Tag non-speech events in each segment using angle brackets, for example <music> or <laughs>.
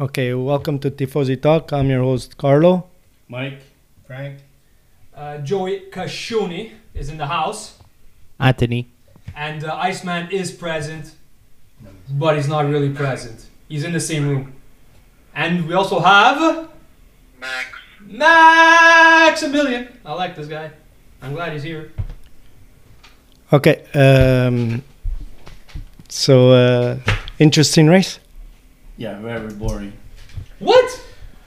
Okay, welcome to Tifosi Talk. I'm your host, Carlo. Mike, Frank, Uh, Joey Kashoni is in the house, Anthony. and uh, Iceman is present, but he's not really present. He's in the same room. And we also have Max, Maximilian. I like this guy. I'm glad he's here. Okay, um, so uh, interesting race. yeah, very boring. What?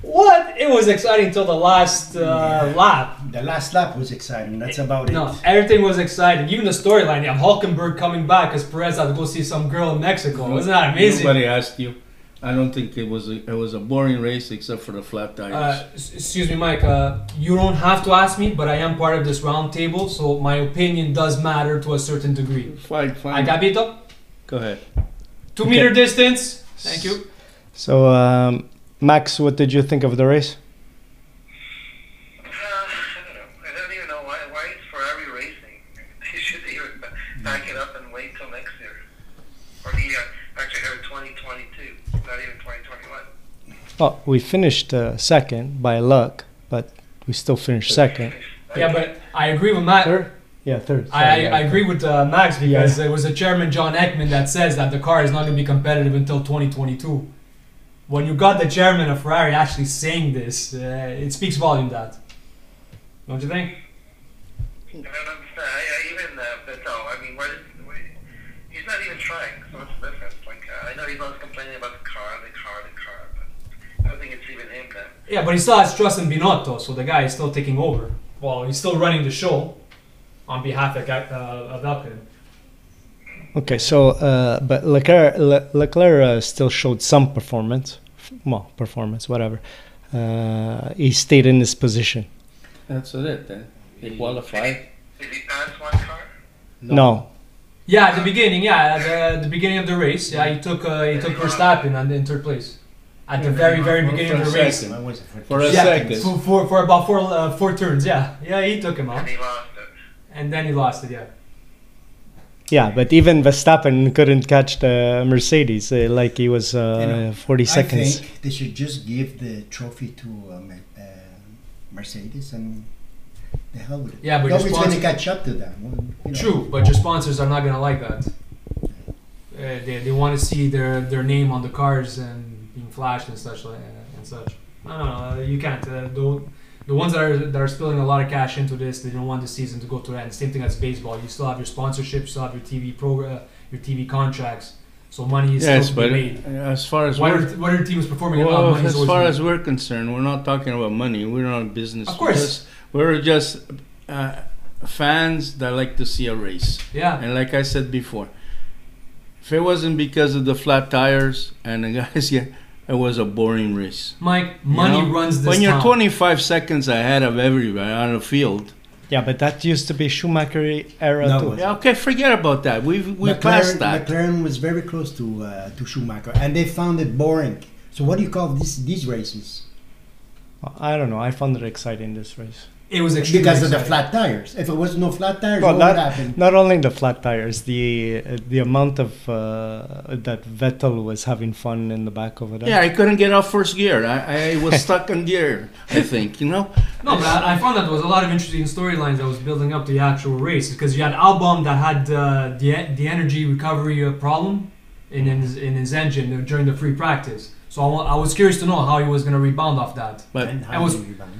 What? It was exciting till the last uh, Yeah. lap. The last lap was exciting. That's about it. No, everything was exciting. Even the storyline. You have Hulkenberg coming back because Perez had to go see some girl in Mexico. Wasn't that amazing? Nobody asked you. I don't think it was a, it was a boring race except for the flat tires. Uh, s- excuse me, Mike. Uh, you don't have to ask me, but I am part of this round table, so my opinion does matter to a certain degree. fine, fine. Agapito, Go ahead. two meter distance. Thank you. So, um, Max, what did you think of the race? uh, I don't know. I don't even know why. Why is Ferrari racing? <laughs> They should even ba- back it up and wait till next year, or the year. Actually, I heard 2022, not even 2021. Well, Oh, we finished uh, second by luck, but we still finished second. Yeah, but I agree with Matt. Third? Yeah, third. I, sorry, I yeah. agree with uh, Max because it was a chairman John Ekman that says that the car is not going to be competitive until 2022. When you got the chairman of Ferrari actually saying this, uh, it speaks volume. That don't you think? I don't understand. I, I even uh, Vettel. I mean, why did why, he's not even trying? So what's the difference? Like, uh, I know he's always complaining about the car, the car, the car, but I don't think it's even him that. Yeah, but he still has trust in Binotto, so the guy is still taking over. Well, he's still running the show on behalf of, Ga- uh, of Alpine. Okay, so uh, but Leclerc Le- Leclerc uh, still showed some performance, F- well, performance, whatever. Uh, he stayed in his position. That's it. Then they <laughs> qualified. Did he pass one car? No, Yeah, at the beginning, yeah, at the, the beginning of the race, yeah, he took uh, he took Verstappen and in third place at the very very For- beginning for of the a race. second. I was afraid. For a Yeah, second. for, for, for about four uh, four turns, yeah, yeah, he took him And out, he lost it. and then he lost it, yeah. Yeah, but even Verstappen couldn't catch the Mercedes. Uh, like he was uh, You know, 40 seconds. I think they should just give the trophy to uh, Mer- uh, Mercedes and the hell with it. Yeah, but nobody's going to responsi- catch up to them. You know. True, but your sponsors are not gonna like that. Uh, they they want to see their their name on the cars and being flashed and such like and such. No, no, no, you can't. Uh, the, the ones that are that are spilling a lot of cash into this, they don't want the season to go to end. Same thing as baseball. You still have your sponsorship, you still have your TV program, uh, your TV contracts. So money is Yes, still to but be uh, made. as far as What are, we're, what are teams performing? at all? well, Money's as always far made. as we're concerned, we're not talking about money. We're not business. Of course. We're just, we're just uh, fans that like to see a race. yeah, And like I said before, if it wasn't because of the flat tires and the <laughs> guys, yeah, it was a boring race. Mike, You money know? runs this When you're town. 25 seconds ahead of everybody on the field, yeah, but that used to be Schumacher era No, it too. wasn't. yeah, okay, forget about that. We've we McLaren, passed that. McLaren was very close to uh, to Schumacher, and they found it boring. So what do you call this, these races? I don't know. I found it exciting this race. it was extremely Because of the exciting. flat tires. If it was no flat tires, Well, what that- would happen? Not only the flat tires, the uh, the amount of uh, that Vettel was having fun in the back over there. Yeah, I couldn't get off first gear. I, <laughs> I was stuck in gear. I think you know. No, but I, I found that there was a lot of interesting storylines that was building up to the actual race because you had Albon that had uh, the the energy recovery uh, problem in his in his engine during the free practice. So I, wa- I was curious to know how he was going to rebound off that. But And I how was- do you rebound?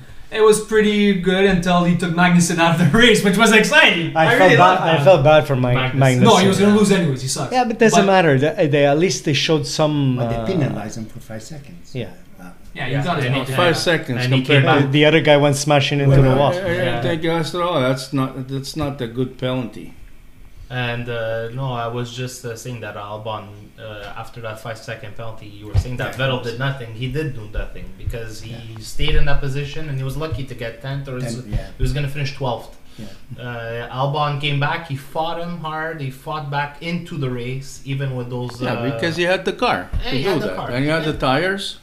It was pretty good until he took Magnussen out of the <laughs> race, which was exciting. I, I, felt really bad. liked that. I felt bad for my Magnussen. Magnus. No, he was going to lose anyways. He sucks. Yeah, but doesn't matter. They, they- at least they showed some. Well, uh, they penalized him for five seconds. yeah. Uh, Yeah, you Yeah, got it. and he Okay. Yeah. five seconds And he compared came uh, to. back. the other guy went smashing into the Well, uh, wall. I, I Yeah. don't think that's at all. That's not. That's not a good penalty. And uh, no, I was just uh, saying that Albon, uh, after that five second penalty, you were saying that Vettel did nothing. He did do nothing because he stayed in that position and he was lucky to get 10th or Ten, yeah. he was going to finish 12th. Yeah. Uh, Albon came back, he fought him hard, he fought back into the race, even with those. yeah, uh, because he had the car Yeah, to he do had the that, car. and he had the tires.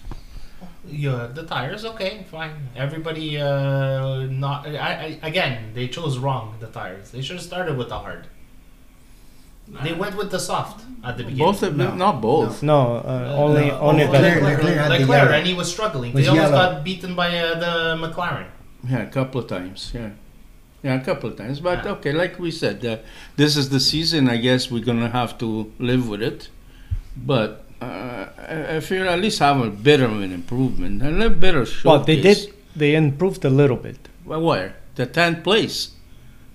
Yeah, the tires. Okay, fine. Everybody, uh, not I, I, again. They chose wrong. The tires. They should have started with the hard. They went with the soft at the beginning. Both of them, No. not both. No, uh, only Uh, only oh, that. Leclerc- Leclerc had the Leclerc, yellow. and he was struggling. Was they almost yellow. got beaten by uh, the McLaren. Yeah, a couple of times. Yeah, yeah, a couple of times. But Yeah. okay, like we said, uh, this is the season. I guess we're gonna have to live with it. But uh, I, I feel at least have a bit of an improvement, a little bit of showcase. Well, they did. They improved a little bit. Well, where the tenth place,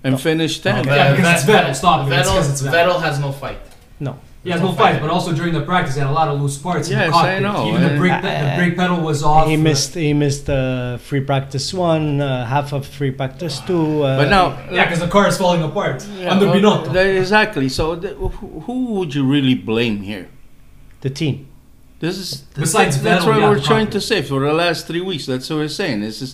and finished tenth. Okay. Yeah, because it's Vettel, stop it, it's Vettel, 'cause it's Vettel. Vettel has no fight. No. Yeah, no fight, but also during the practice, they had a lot of loose parts in Yes, the I cockpit. know, Even the and- brake, pe- the brake pedal was off. He uh, missed. He missed uh, free practice one, uh, half of free practice two. Uh, But now, Yeah, because the car is falling apart Yeah, under well, Binotto. that- exactly. So, th- who who would you really blame here? the team. This is Besides that's Vettel, what yeah, we're the trying problem. to say for the last three weeks. That's what we're saying. This is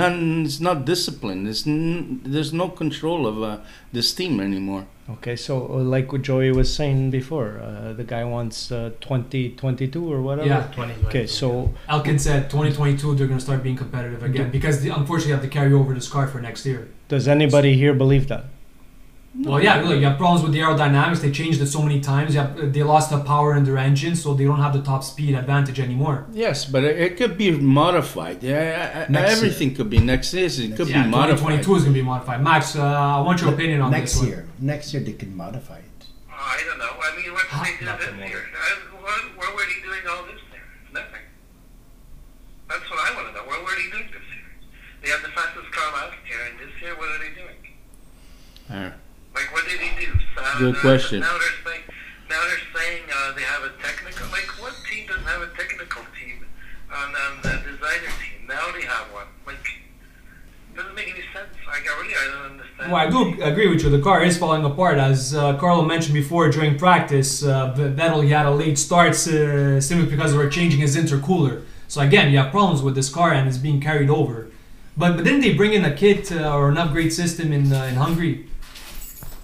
none. It's not discipline. It's n- there's no control of uh, this team anymore. Okay, so uh, like what Joey was saying before, uh, the guy wants uh, twenty twenty two or whatever. Yeah. 2020. Okay, so Elkin said 2022 they're going to start being competitive again because they unfortunately have to carry over this car for next year. does anybody here believe that? Well, yeah, look, you have problems with the aerodynamics. They changed it so many times. You have, uh, they lost the power in their engine, so they don't have the top speed advantage anymore. Yes, but it, it could be modified. Yeah, I- I- Next year. everything could be next season. It could yeah, be modified. 2022 is going to be modified. Max, uh, I want your opinion on next this one. year. Next year they can modify it. I don't know. I mean, what did they do Not the this moment. year? I, what, where were they doing all this there? Nothing. That's what I want to know. Where were they doing this year? They had the fastest car last year, and this year, what are they doing? Uh, Like, what did they do? Uh, Good now- question. Now they're saying, now they're saying uh, they have a technical. Like, what team doesn't have a technical team on, on the designer team? Now they have one. Like, doesn't make any sense. Like, I really, I don't understand. Well, I do agree with you. The car is falling apart, as uh, Carlo mentioned before during practice. Uh, V- Vettel he had a late start uh, simply because they were changing his intercooler. So again, you have problems with this car, and it's being carried over. But but didn't they bring in a kit uh, or an upgrade system in uh, in Hungary?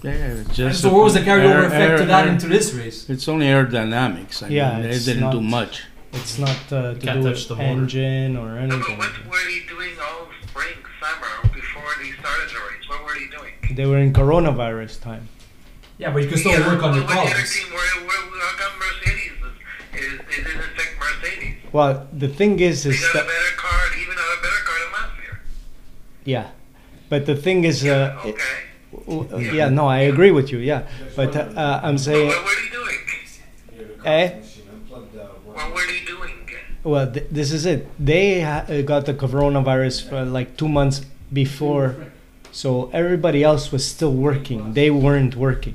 yeah, And just so what was the carryover air- effect to air- that air- into this race? It's only aerodynamics. I Yeah, mean, it's it didn't do not- much. It's not uh, to Can't do touch with the motor. engine or No, anything. but what were they doing all spring, summer, before they started the race? What were they doing? They were in coronavirus time. Yeah, but you can still work on your what the other problems. team? Where, where, how come Mercedes is, is, it didn't affect Mercedes? Well, the thing is, They is got a that better car, even on a better car than last year. yeah, but the thing is, uh, okay. w- uh, yeah, no, I agree with you, yeah, but uh, uh, I'm But saying, what were they doing? eh? What were they doing? Well, th- this is it. They ha- uh, got the coronavirus for like two months before, so everybody else was still working. They weren't working,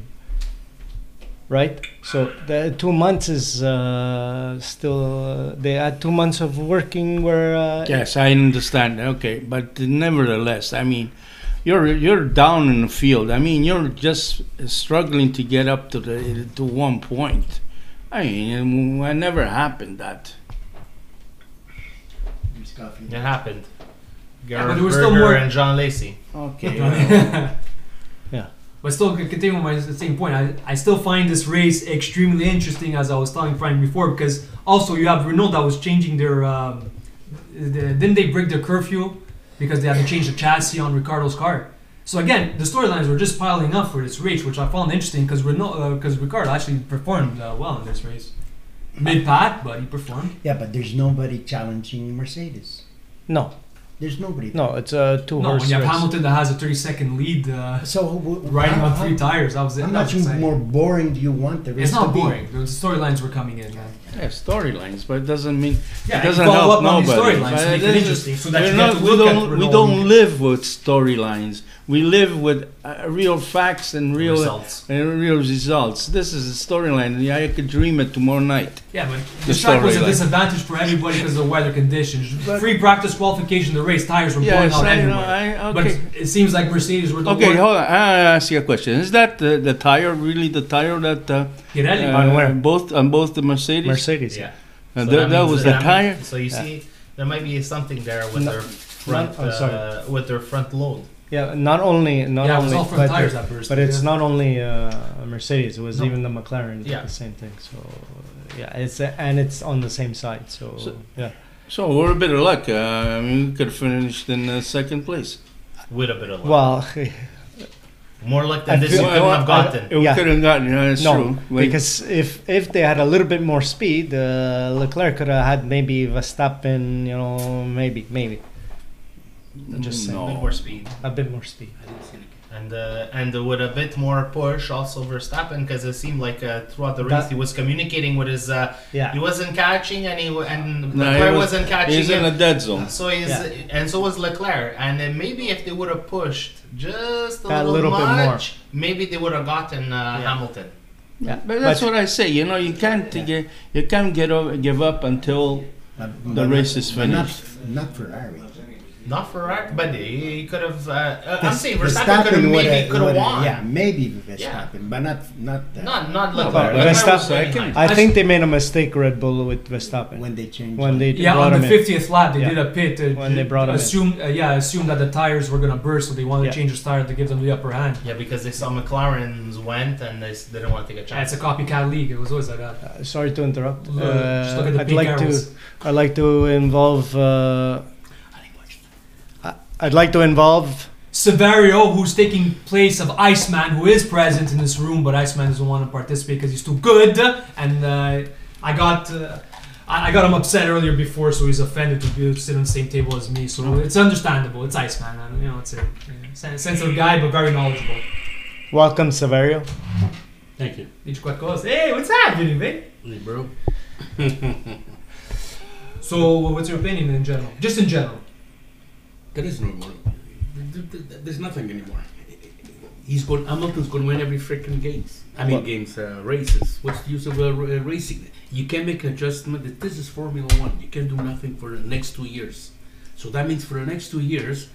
right? So the two months is uh, still. they had two months of working where. Uh, Yes, I understand. Okay, but nevertheless, I mean, you're you're down in the field. I mean, you're just struggling to get up to the to one point. I mean, it never happened that. It's coffee. It happened. Yeah, Gerhard but there was Berger still more- and John Lacey. Okay. <laughs> Yeah. But still, c- continuing my s- same point, I, I still find this race extremely interesting, as I was telling Frank before, because also you have Renault that was changing their. Um, the, didn't they break their curfew because they had to change the chassis on Ricardo's car? So again, the storylines were just piling up for this race, which I found interesting because Renault because Ricardo actually performed uh, well in this race. Mid pack, but he performed. Yeah, but there's nobody challenging Mercedes. No, There's nobody. no, it's a two No, when horse you have race. Hamilton that has a 30 second <laughs> lead, uh, So who- who- riding how- on three how- tires, that was it. How that was much exciting. more boring do you want the race It's to not be? boring. The storylines were coming in, man. yeah, storylines, but it doesn't mean Yeah, it doesn't follow help up on nobody. these storylines to But make it it is- interesting, so that we're you get not- to we look at don't we Renault. don't live with storylines. We live with uh, real facts and real <laughs> <laughs> Results. and real results. This is a storyline. Yeah, I could dream it tomorrow night. Yeah, but the Just track not was a really. disadvantage for everybody because of the weather conditions. Free practice qualification, the race tires were blowing out I know. everywhere. I, But okay. it- it seems like Mercedes were the Okay, one. hold on. I ask you a question. Is that the, the tire really the tire that uh, Pirelli. uh, where? both on both the Mercedes? Mercedes. Yeah. Uh, So that, that means was the that- tire. So you see, there might be something there with No- their front, oh, sorry. uh, with their front load. Yeah, not only not yeah, it was only all front but, tires that burst. but it's yeah. not only uh, Mercedes. It was No. even the McLaren. did Yeah. the same thing. So uh, yeah, it's uh, and it's on the same side. So, So- yeah, So we're a bit of luck. Uh, I mean, we could have finished in uh, second place. With a bit of luck. well, <laughs> More luck than I this feel- you couldn't Well, have I- gotten. It Yeah. could have gotten. Yeah, that's no, true. Like, because if if they had a little bit more speed, uh, Leclerc could have had maybe Verstappen. You know, maybe maybe I'm just saying. A bit Mm, no. more speed. a bit more speed. And uh, and with a bit more push, also Verstappen, because it seemed like uh, throughout the race That- he was communicating with his. Uh, he Yeah, wasn't catching, and he wa- and No, he Leclerc was- was, not catching. He's in and- a dead zone. So is Yeah. and so was Leclerc, and then maybe if they would have pushed just a That little, little bit more. much, maybe they would have gotten uh, Yeah. Hamilton. Yeah. But that's But- what I say. You know, you can't Yeah. get, you can't get over, give up until But- The Uh, but race not- is but not- finished. Not Ferrari. Not Ferrari, but he, he could have. Uh, uh, I'm Vers- saying Verstappen could have Verstappen would maybe have- could have would have- won. Yeah, maybe Verstappen, but not not that. Not not No, Leclerc. but Leclerc was Verstappen- way second. behind. I think they made a mistake, Red Bull with Verstappen when, when they change. they Yeah, brought on him the in. 50th lap, they Yeah. did a pit. uh, When they brought him in. assumed, uh, yeah, assumed that the tires were gonna burst, so they wanted Yeah. to change the tire to give them the upper hand. Yeah, because they saw McLaren's went and they s- didn't want to take a Yeah, it's chance. a copycat league. It was always like that. Uh, sorry to interrupt. Look, just look at Uh, the I'd pink like arrows. to I'd like to involve uh, I- I'd like to involve Severio, who's taking place of Iceman, who is present in this room, but Iceman doesn't want to participate because he's too good. And uh, I got, uh, I, I got him upset earlier before, so he's offended to be sit on the same table as me. So it's understandable. It's Iceman, and you know, it's a yeah, sen- sensitive guy, but very knowledgeable. welcome Severio. Thank you. Each quick goes, hey, what's happening, man? Hey, bro. <laughs> So, what's your opinion in general? Just in general. There is no more. there- there- There's nothing anymore. He's going. Hamilton's going to win every freaking games. I mean, What? games, uh, races. What's the use of uh, r- uh, racing? You can make an adjustment. That this is Formula One. You can do nothing for the next two years. So that means for the next two years,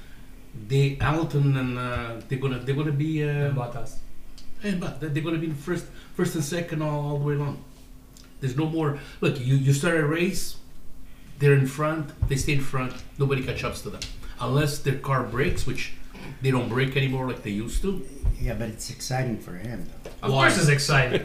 they Hamilton and uh, they're gonna they're gonna be. Uh, Bottas. Hey, Eh, but they're going to be the first, first and second all, all the way along. There's no more. Look, you, you start a race, they're in front, they stay in front, nobody catch up to them. Unless their car breaks, which they don't break anymore like they used to. Yeah, but it's exciting for him though. Of Why? course, it's exciting.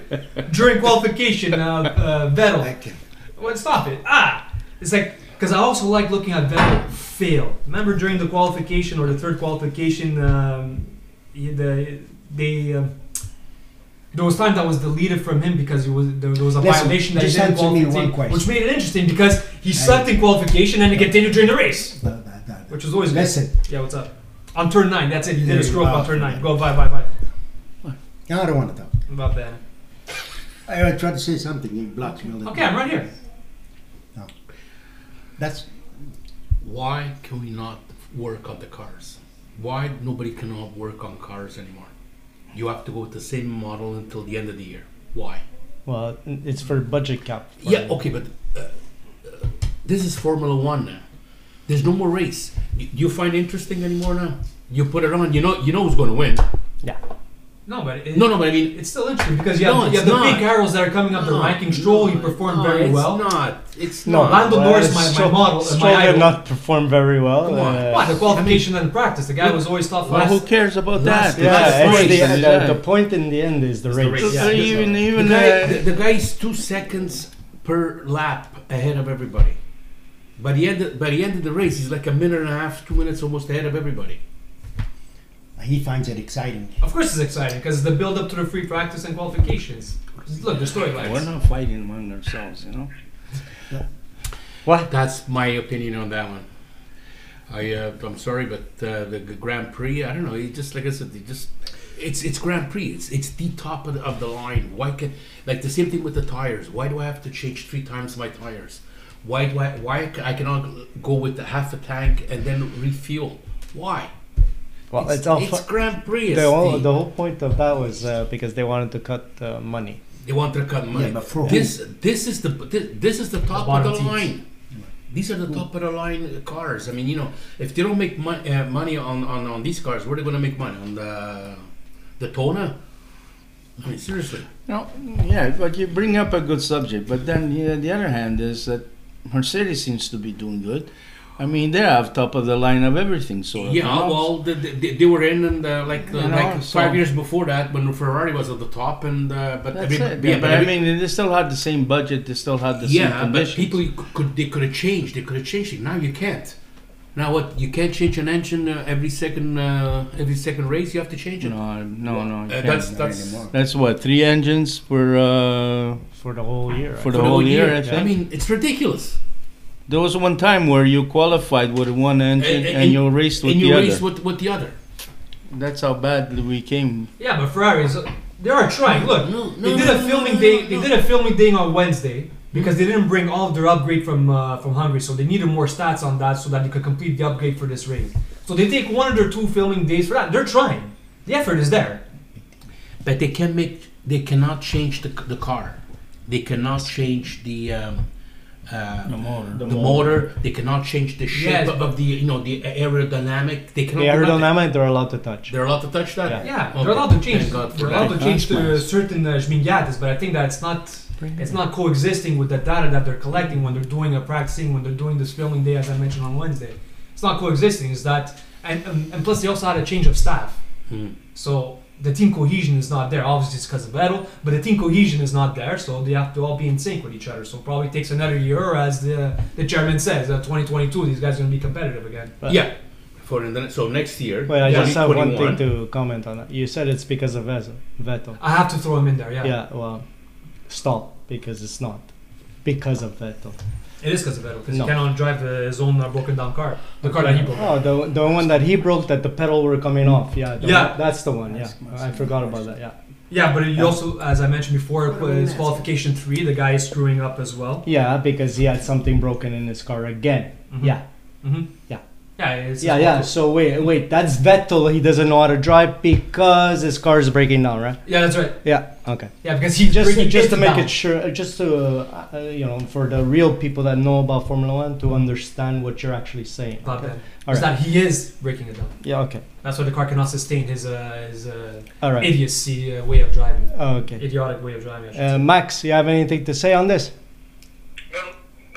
During qualification, uh, uh, Vettel. Like, Well, stop it. Ah! It's like, because I also like looking at Vettel fail. Remember during the qualification or the third qualification, um, he- the, they, um, there was time that was deleted from him because it was, there, there was a Listen, violation that he just didn't answer me qualify, one question. which made it interesting because he sucked in qualification and it continued during the race, blah, blah, blah, blah. which was always good. Listen, Yeah, what's up? On turn nine, that's it. He did Yeah, a screw up wow. on turn nine. Go bye bye bye. no, I don't want to talk. About that. I, I tried to say something. You blocked me. a little Okay, I'm bit. right here. That's Why can we not work on the cars? Why nobody cannot work on cars anymore? You have to go with the same model until the end of the year. Why? Well, it's for budget cap. Yeah, okay, but uh, uh, this is Formula One now. There's no more race. Y- Do you find it interesting anymore now? You put it on, you know, you know who's going to win. No, but it, No, no, but I mean, It's still interesting because you No, have, you it's have the not. big arrows that are coming up the No, ranking. Stroll, he performed no, very it's well. Not, it's No, not. Lando well, Norris, my- my Stroll- model, uh, my Stroll did idol. not perform very well. Come on. uh, What the qualification and practice? The guy was always tough. Well, who Last, cares about last- that? Yeah, That's it's the, race. the, the point in the end is the It's the race. race. So even the, even guy, uh, the, the guy is two seconds per lap ahead of everybody. By the end, of, by the end of the race, he's like a minute and a half, two minutes almost ahead of everybody. he finds it exciting. of course, it's exciting because the build up to the free practice and qualifications. Look, the uh, we're storylines. not fighting among ourselves, you know. That's my opinion on that one. I uh, I'm sorry, but uh, the G- Grand Prix, I don't know. It just like I said, it just it's it's Grand Prix. It's it's the top of the, of the line. Why can like the same thing with the tires? Why do I have to change three times my tires? Why do I why c- I cannot go with the half a tank and then refuel? Why? Well, it's, all. fu- Grand Prix. It's the, whole, the- the whole point of that was uh, because they wanted to cut uh, money. They want to cut money. Yeah, but for who? this this is the this, this is the top of bottom the teams. line. These are the top of the line cars. I mean, you know, if they don't make mon- uh, money on, on, on these cars, where are they going to make money on the the Tona? I mean, seriously. No, yeah, but you bring up a good subject. But then yeah, the other hand is that Mercedes seems to be doing good. I mean, they have top of the line of everything. So yeah, well, the, the, they- they were in and uh, like the, You know, like so- five years before that when Ferrari was at the top and uh, but that's every- it. yeah, Yeah, but I every- mean, they still had the same budget. They still had the same yeah, but conditions. people you c- could they could have changed. They could have changed it. Now you can't. Now what? You can't change an engine uh, every second uh, every second race. You have to change it. No, no, no. you Uh, can't. that's not that's anymore. That's what three engines for uh, for the whole year. For I the whole year, I I think. mean, it's ridiculous. There was one time where you qualified with one engine and, and- you raced with and the you other. race with with the other. That's how bad we came. Yeah, but Ferraris, uh, they are trying. Look, No, they no, did no, a no, filming no, day. no, They no. did a filming day on Wednesday because they didn't bring all of their upgrade from uh, from Hungary, so they needed more stats on that so that they could complete the upgrade for this race. So they take one of their two filming days for that. They're trying. The effort is there. But they can make. They cannot change the, the car. They cannot change the. Um, uh, The motor. the, The motor. They cannot change the shape Yes. of- of the you know the aerodynamic. The They cannot. do nothing. aerodynamic, they're allowed to touch. They're allowed to touch that. Yeah. Yeah, Okay, they're allowed to change. thank God for they're allowed that. to change to Nice. certain uh, Zmieniatis, but I think that it's not it's not coexisting with the data that they're collecting when they're doing a practicing, when they're doing this filming day, as I mentioned on Wednesday. It's not coexisting. It's that, and um, and plus they also had a change of staff, Hmm. so the team cohesion is not there. Obviously, it's because of battle, but the team cohesion is not there, so they have to all be in sync with each other. So probably takes another year, or as the the chairman says, uh, 2022, these guys are gonna be competitive again. But- yeah. For the, so next year. Wait, I just have one thing 2021. to comment on. that. You said it's because of Vettel. Vettel. I have to throw him in there. Yeah, Yeah, well, stop because it's not because of Vettel. it is because of battle because No. he cannot drive the, his own uh, broken down car, the car that he broke. Oh, the the one that he broke that the pedal were coming off. Yeah, the Yeah. one- that's the one. Yeah, That's my I second forgot about question. that. Yeah, Yeah, but you Yeah. also, as I mentioned before, What do we it's mean? qualification three. The guy is screwing up as well. yeah, because he had something broken in his car again. Mhm. Yeah, Mhm. Yeah. Yeah. It's yeah, yeah. So wait, wait, that's Vettel. He doesn't know how to drive because his car is breaking down, right? Yeah, that's right. Yeah. Okay. Yeah, because he's Just bringing just to it make down. it sure, uh, just to uh, uh, you know, for the real people that know about Formula One to understand what you're actually saying. Not Okay? bad. All It's right. that he is breaking it down. Yeah. Okay. That's why the car cannot sustain his uh, his uh, All right. idiocy uh, way of driving, Okay. idiotic way of driving. I should Uh, Max, you have anything to say on this? No,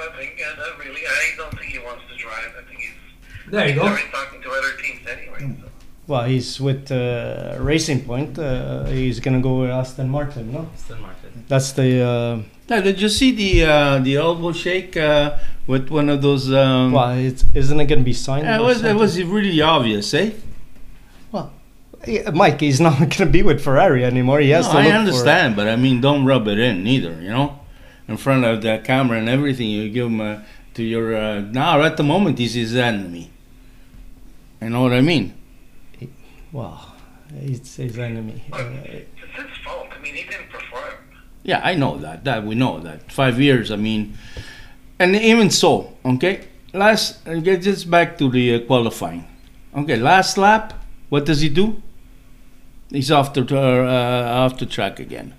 nothing. Yeah, not really. I don't think he wants to drive. I think he's, say. There you he's go. already talking to other teams anyway. So. Well, he's with uh, Racing Point. Uh, he's gonna go with Aston Martin, no? Aston Martin. That's the uh, Yeah, did you see the uh, the elbow shake uh, with one of those? Um, well. It's, isn't it gonna be signed? yeah, it or was it something? was really obvious, eh? Yeah, Mike, he's <laughs> not gonna be with Ferrari anymore. He has No, to I look for- understand, but I mean, don't rub it in either, you know, in front of the camera and everything. You give him uh, to your uh, now at the moment he's his enemy. You know what I mean? well, it's his enemy. But Uh, it's his fault. I mean, he didn't perform. Yeah, I know that. That we know that. Five years. I mean, and even so, okay. Last uh, get this back to the uh, qualifying. Okay, last lap. What does he do? He's off the tr- uh, off the track again.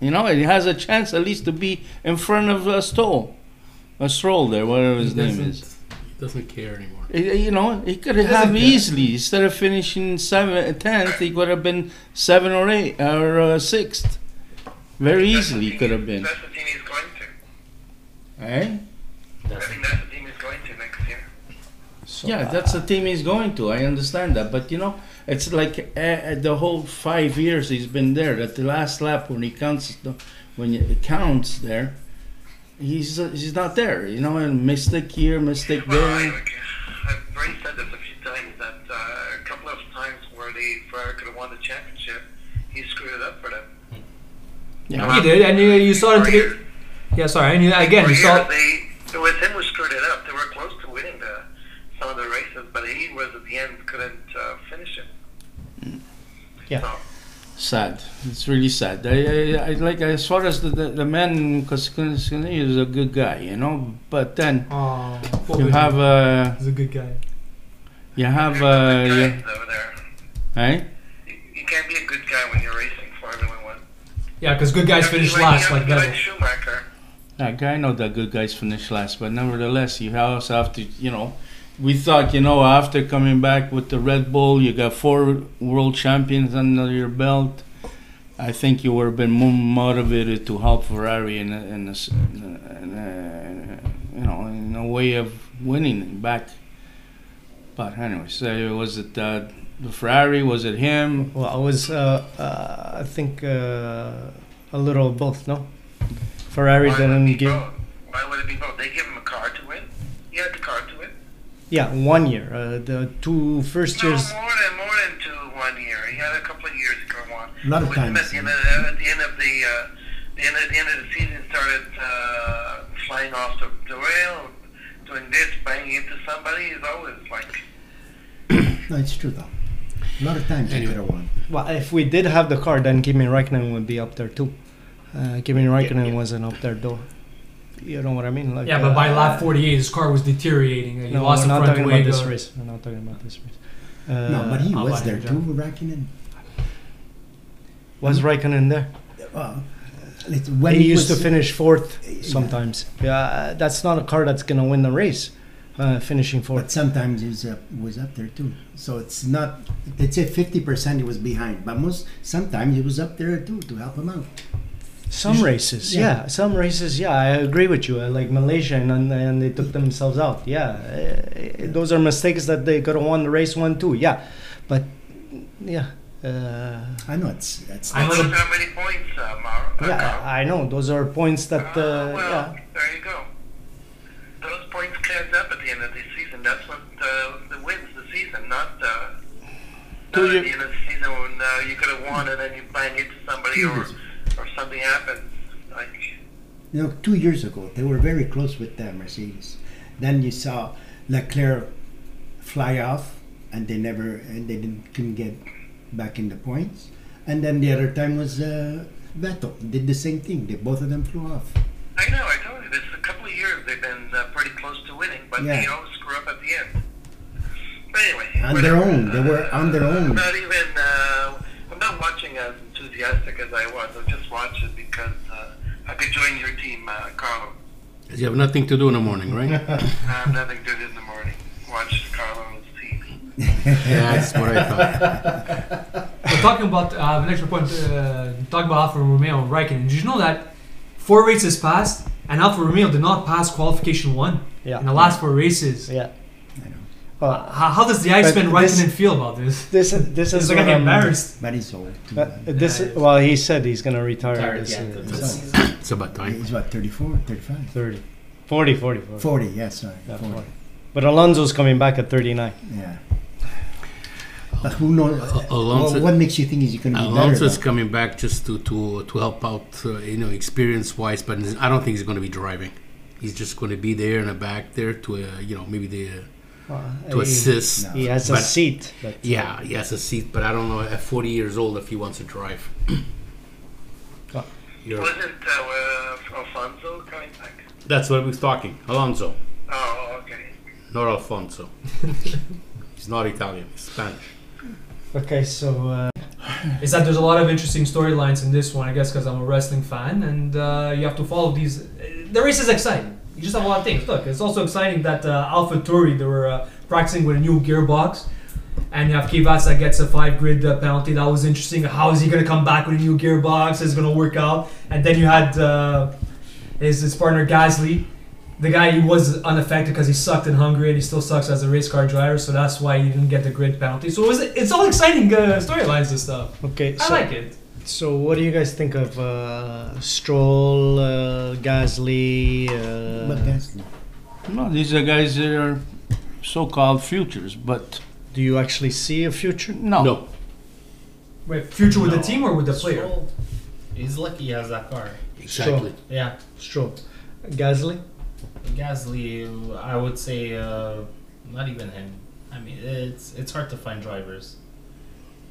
You know, he has a chance at least to be in front of a Stoll, a Stroll there, whatever his He name doesn't- is. He doesn't care anymore. Eh, eh, You know, he could doesn't have care. easily instead of finishing seventh, tenth, he could have been seven or eight or uh, sixth. Very That's the easily team could he's- have been. That's the team he's going to. Eh? I think that's the team he's going to next year. so, Yeah, uh, that's the team he's going to. I understand that, but you know, it's like eh, eh, the whole five years he's been there. That the last lap when he counts, the- when it counts there, he's uh, he's not there. You know, and mistake here, mistake Well, I, there. I've already said this a few times that uh, a couple of times where the Ferrari could have won the championship, he screwed it up for them. He did, and you, you saw it For today. years- Yeah, sorry. And you, again, for you saw. years They, it was him who screwed it up. They were close to winning the, some of the races, but he was at the end couldn't uh, finish it. Yeah. So, Sad. It's really sad. I, I, I like as far as the the, the man because is a good guy, you know. But then Oh, poor you guy. have uh He's a good guy. you have there's some uh good you, guys over there. eh? You, you can't be a good guy when you're racing Formula One. Yeah, because good guys finish Like, last, you like have that. Mick Schumacher. That guy, I know that good guys finished last, but nevertheless, you also have to, you know, we thought, you know, after coming back with the Red Bull, you got four world champions under your belt. I think you would have been more motivated to help Ferrari in a, in a, s- in a- you know, in a way of winning back. But anyway, so was it uh, the Ferrari? Was it him? Well, I was. Uh, uh, I think uh, a little of both. No, Ferrari Why would it didn't be give. both? Why would it be both? They give him a car to win. He had the car to win. Yeah, one year. Uh, the two first No, years. more than more than two one year. He had a couple of years go on. A lot It of was him times, At the, end of, at the end of the uh, the end of the end of the season, started uh, flying off the, the rail, doing this, banging into somebody. He's always like. No, it's true though. A lot of times you Anyway. get a one. Well, if we did have the car, then Kimi Raikkonen would be up there too. Uh, Kimi Raikkonen yeah. wasn't up there though. You know what I mean? Like, yeah, but by uh, lap 48, his car was deteriorating. He No, we're lost the not front talking wing. about this uh, race. We're not talking about this race. no, Uh, but he I'll was buy there it, too, Rackinen. was Raikkonen there. Well, it's when he used to was- finish fourth Yeah. sometimes. Yeah, uh, that's not a car that's gonna win the race. Uh, finishing But fourth. sometimes he was up, was up there too. So it's not. Let's say fifty percent he was behind, but most sometimes he was up there too to help him out. Some races, yeah. yeah. Some races, yeah. I agree with you. Uh, Like Malaysia, and, and and they took themselves out. Yeah, uh, those are mistakes that they could have won the race one too. Yeah, but yeah, uh, I know it's that's. I know I don't the- know how many points, uh, Mauro. uh, yeah. Carl. I know those are points that. Uh, Ah, well, yeah. there you go. Those points cleared up at the end of the season. That's what uh, the wins the season, not uh, Do not you- at the end of the season when uh, you could have won and then you bang into somebody or or something happens. Like You know, two years ago they were very close with uh, Mercedes. Then you saw Leclerc fly off, and they never and they didn't couldn't get back in the points. And then the other time was uh, Vettel did the same thing. They both of them flew off. I know, I told you, this a couple of years they've been uh, pretty close to winning, but they Yeah. always screw up at the end. But anyway, On their whatever. own. They were on their own. I'm not even. Uh, I'm not watching as enthusiastic as I was. I just watch it because uh, I could join your team, uh, Carlo. You have nothing to do in the morning, right? I have nothing to do in the morning. Watch Carlo's TV. yeah, that's what I thought. But talking about uh, an extra point, uh, talking about Alfa Romeo and Raikkonen. Did you know that four races passed and Alfa Romeo did not pass qualification one Yeah. in the last four races? Yeah. I know. Well, How, how does the ice But man this- Raikkonen feel about this? this is this He's is like what I'm- embarrassed. But he's old. Too. Uh, this Yeah. well, he said he's gonna retire. Retired this at the end year. of So, this. <laughs> It's about time. he's what 34, 35, 30, 40, 40, 40. 40. Yeah, sorry, Yeah, 40. 40. But Alonso's coming back at 39. Yeah. But who knows? Al- Alonso- Well, what makes you think he's going to be Alonso's better? coming back just to to, to help out, uh, you know, experience wise. But I don't think he's going to be driving. He's just going to be there in the back there to, uh, you know, maybe the uh, to he, assist. no. he has a But- seat. But Yeah, he has a seat, but I don't know at 40 years old if he wants to drive. Well- You're- Wasn't uh, uh, Alfonso coming back? that's what we was talking. Alonso, Oh, okay. not Alfonso. he's not Italian. He's Spanish. Okay, so uh, Is that there's a lot of interesting storylines in this one, I guess, because I'm a wrestling fan and uh, you have to follow these. The race is exciting. You just have a lot of things. Look, it's also exciting that uh, Alpha Tori they were uh, practicing with a new gearbox, and you have Kvyat that gets a five grid uh, penalty. That was interesting. How is he gonna come back with a new gearbox? Is it gonna work out? And then you had uh, his, his partner Gasly. The guy he was unaffected because he sucked in Hungary and he still sucks as a race car driver, so that's why he didn't get the grid penalty. So it was, it's all exciting uh, storylines and stuff. okay, I so, like it. so what do you guys think of uh, Stroll, uh, Gasly? But Uh, that's- No, these are guys that are so-called futures, but do you actually see a future? no. No, Wait, future with the No. team or with the player? Stroll, He's lucky he has that car. exactly. Yeah. Stroll, Gasly. Gasly, I would say, uh, not even him. I mean, it's it's hard to find drivers.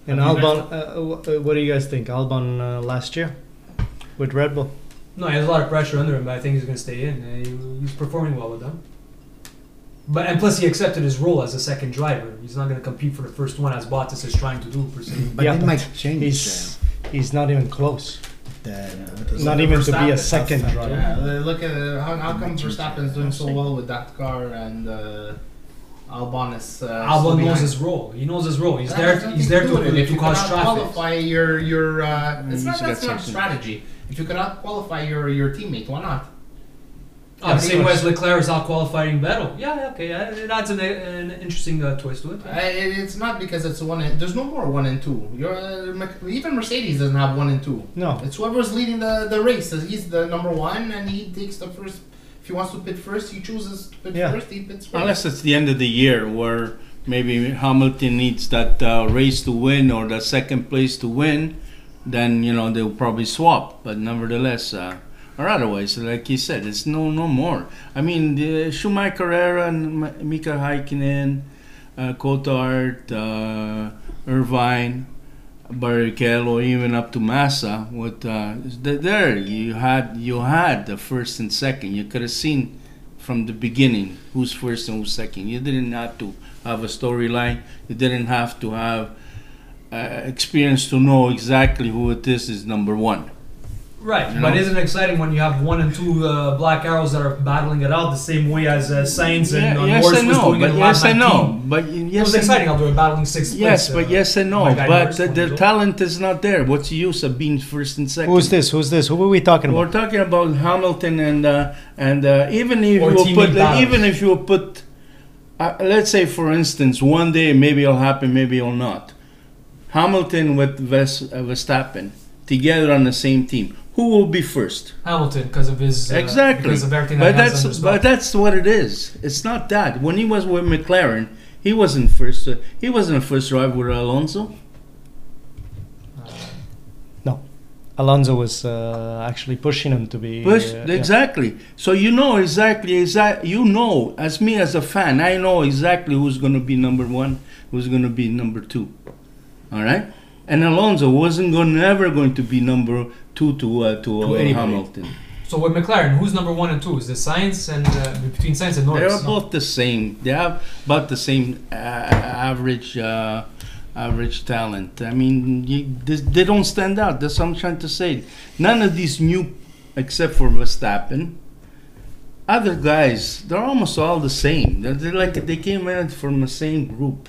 And Have you guys- Albon, uh, wh- uh, what do you guys think? Albon uh, last year with Red Bull. No, he has a lot of pressure under him, but I think he's going to stay in. Uh, he- He's performing well with them. But and plus, he accepted his role as a second driver. He's not going to compete for the first one as Bottas is trying to do per se. But Yeah, they but might change. He's he's not even close. uh, the, what is Not it? even to be a Verstappen's second outside. driver. Yeah, uh, look at uh, how, how come Verstappen's doing so well with that car and uh, Albon is. Uh, still Albon knows behind? his role. He knows his role. He's That has there. nothing He's there to, do with it. to, If you cause cannot traffic. Qualify your your. Uh, Mm, it's you not should that's have not something. strategy. If you cannot qualify your your teammate, why not? Oh, the same way as Leclerc is out qualifying Vettel. Yeah, yeah, okay. Yeah, it adds an, an interesting uh, twist to it. I, it- it's not because it's one. And, there's no more one and two. You're, uh, Mc- even Mercedes doesn't have one and two. No. It's whoever's leading the, the race. He's the number one, and he takes the first If he wants to pit first, he chooses to pit Yeah. first. He pits first. Unless it's the end of the year where maybe Hamilton needs that uh, race to win or the second place to win, then you know they'll probably swap. But nevertheless, uh, or otherwise, like you said, it's no no more. I mean, the Schumacher era and M- Mika Häkkinen, uh, Coulthard, uh, Irvine. Barrichello, even up to Massa, with uh, th- there you had you had the first and second. You could have seen from the beginning who's first and who's second. You didn't have to have a storyline. You didn't have to have uh, experience to know exactly who it is is number one. Right, You but know? isn't it exciting when you have one and two uh, black arrows that are battling it out the same way as uh, Sainz and Yeah, uh, yes Norris and was no, doing it but in yes lap and 19. no, but y- It was yes and exciting how they were battling sixth yes, place. but uh, yes and no, my guy but Norris the, won the it. talent is not there. What's the use of being first and second? Who's this? Who's this? Who are we talking We're about? talking about Hamilton and uh, and uh, even if Or you teammate put battles. even if you put uh, let's say for instance one day maybe it'll happen maybe it'll not Hamilton with Vers- uh, Verstappen together on the same team who will be first Hamilton because of his uh, exactly because of everything but that he that's has under his but belt. that's what it is it's not that when he was with McLaren he wasn't first uh, he wasn't first drive with Alonso Alonso was uh, actually pushing him to be. Push, uh, yeah. exactly. So you know exactly, exact. You know, as me as a fan, I know exactly who's going to be number one, who's going to be number two. All right. And Alonso wasn't going, never going to be number two to uh, to, uh, anybody. Hamilton. So with McLaren, who's number one and two? Is it Sainz and uh, between Sainz and They're Norris? No. both the same. They have about the same uh, average uh, average talent. I mean, you, this, they don't stand out. That's what I'm trying to say. None of these new, except for Verstappen, other guys, they're almost all the same. They're, they're like they came in from the same group.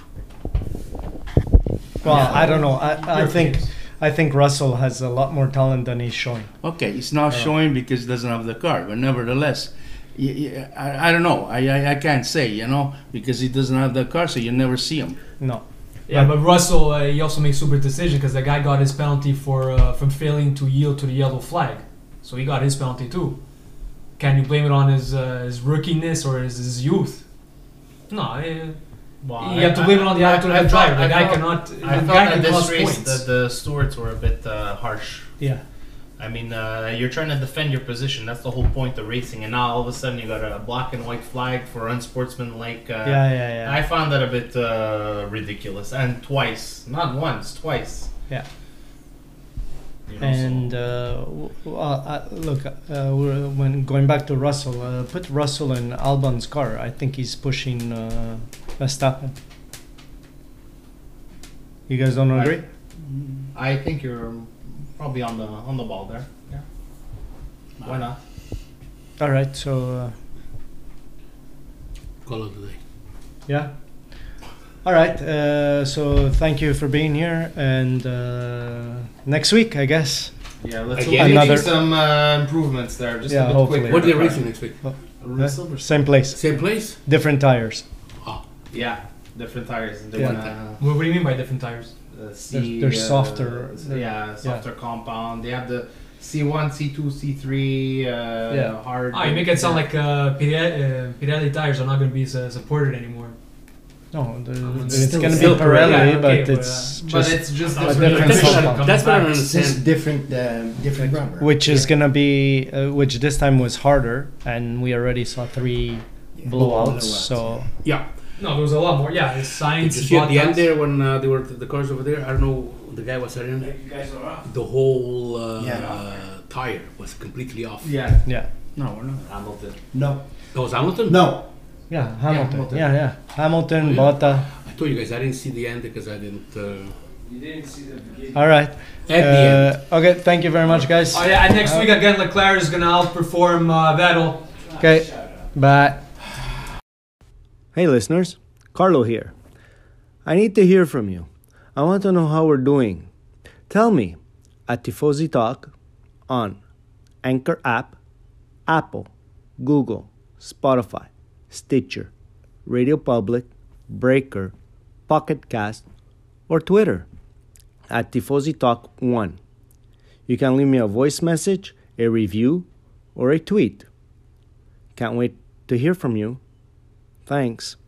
Well, I don't know. I, I think I think Russell has a lot more talent than he's showing. Okay, it's not showing because it doesn't have the car, but nevertheless, y- y- I, I don't know. I, I I can't say you know because he doesn't have the car, so you never see him. No. Yeah, but Russell uh, he also makes super decision because the guy got his penalty for uh, from failing to yield to the yellow flag, so he got his penalty too. Can you blame it on his uh, his rookiness or his, his youth? No, uh, Well, you have to blame it on the attitude of the driver. The guy cannot. I the thought guy at can this cause race points. that the stewards were a bit uh, harsh. Yeah. I mean, uh, you're trying to defend your position. That's the whole point of racing. And now all of a sudden you got a black and white flag for unsportsmanlike. Uh, yeah. Yeah. Yeah. I found that a bit uh, ridiculous. And twice, not once, twice. Yeah. You know, And so- uh, w- w- uh, uh, look, uh, we're- when going back to Russell, uh, put Russell in Albon's car. I think he's pushing uh, Verstappen. You guys don't I- agree? I think you're probably on the on the ball there. Yeah. Why not? All right. So Call it a day. uh, yeah. All right. Uh, so thank you for being here, and uh, next week, I guess. Yeah, let's Again? hope they Another- make some uh, improvements there. Just Yeah, a bit hopefully. quicker. What are they racing next week? Huh? Silver. Same place, Same place? <laughs> different tires. Yeah, different tires. They Yeah. wanna What, what do you mean by different tires? uh, see. they're uh, softer, they're- yeah, softer compound. They have the C one, C two, C three. Uh, Yeah. hard. Ah, you make it sound like uh, Pirelli, uh, Pirelli tires are not going to be uh, supported anymore. No, the, Um, it's, still- gonna still be Pirelli, Pirelli, yeah, but okay, but, it's But just it's just a it's different really- compound. That's what I don't It's just understand. different, uh, different rubber. which is gonna be uh, which this time was harder and we already saw three Yeah. blowouts Blowouts, so Yeah. No, there was a lot more. Yeah, it's Did science. you see at the Bottas. end there when uh, they were the cars over there? I don't know. The guy was sitting. You guys are off. The whole uh, Yeah. tire was completely off. Yeah, yeah No, we're not. Hamilton. No, That was Hamilton. no. yeah hamilton Hamilton. yeah yeah hamilton Oh, yeah. Botta. I told you guys I didn't see the end because I didn't. Uh, all right at the end. Uh, okay thank you very much guys Oh yeah, and next week again, Leclerc is gonna outperform uh, Vettel. okay bye hey listeners carlo here i need to hear from you i want to know how we're doing tell me at tifosi talk on anchor app Apple, Google, Spotify, Stitcher, Radio Public, Breaker, Pocket Cast, or Twitter at Tifosi Talk 1. You can leave me a voice message, a review, or a tweet. Can't wait to hear from you. Thanks.